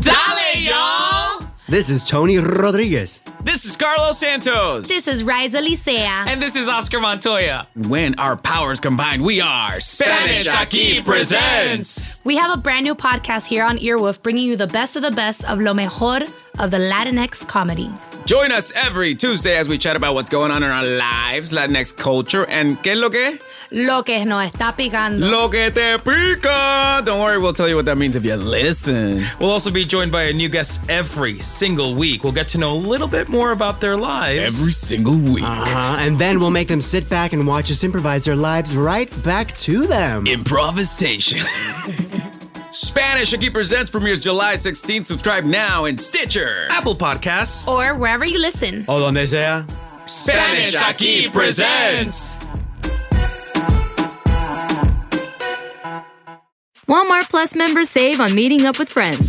S20: Dale, y'all!
S15: This is Tony Rodriguez.
S20: This is Carlos Santos.
S21: This is Riza Licea.
S20: and this is Oscar Montoya.
S15: When our powers combine, we are
S20: Spanish Aquí presents.
S21: We have a brand new podcast here on Earwolf bringing you the best of the best of lo mejor of the Latinx comedy.
S15: Join us every Tuesday as we chat about what's going on in our lives, Latinx culture, and qué es lo que?
S21: Lo que nos está picando.
S15: Lo que te pica. Don't worry, we'll tell you what that means if you listen.
S20: We'll also be joined by a new guest every single week. We'll get to know a little bit more about their lives.
S15: single week.
S20: Uh-huh.
S15: And then we'll make them sit back and watch us improvise their lives right back to them. Improvisation. Spanish Aki Presents premieres July 16th. Subscribe now in Stitcher, Apple Podcasts,
S21: Or wherever you listen.
S15: or donde sea.
S20: Spanish Aki presents.
S22: Walmart Plus members save on meeting up with friends.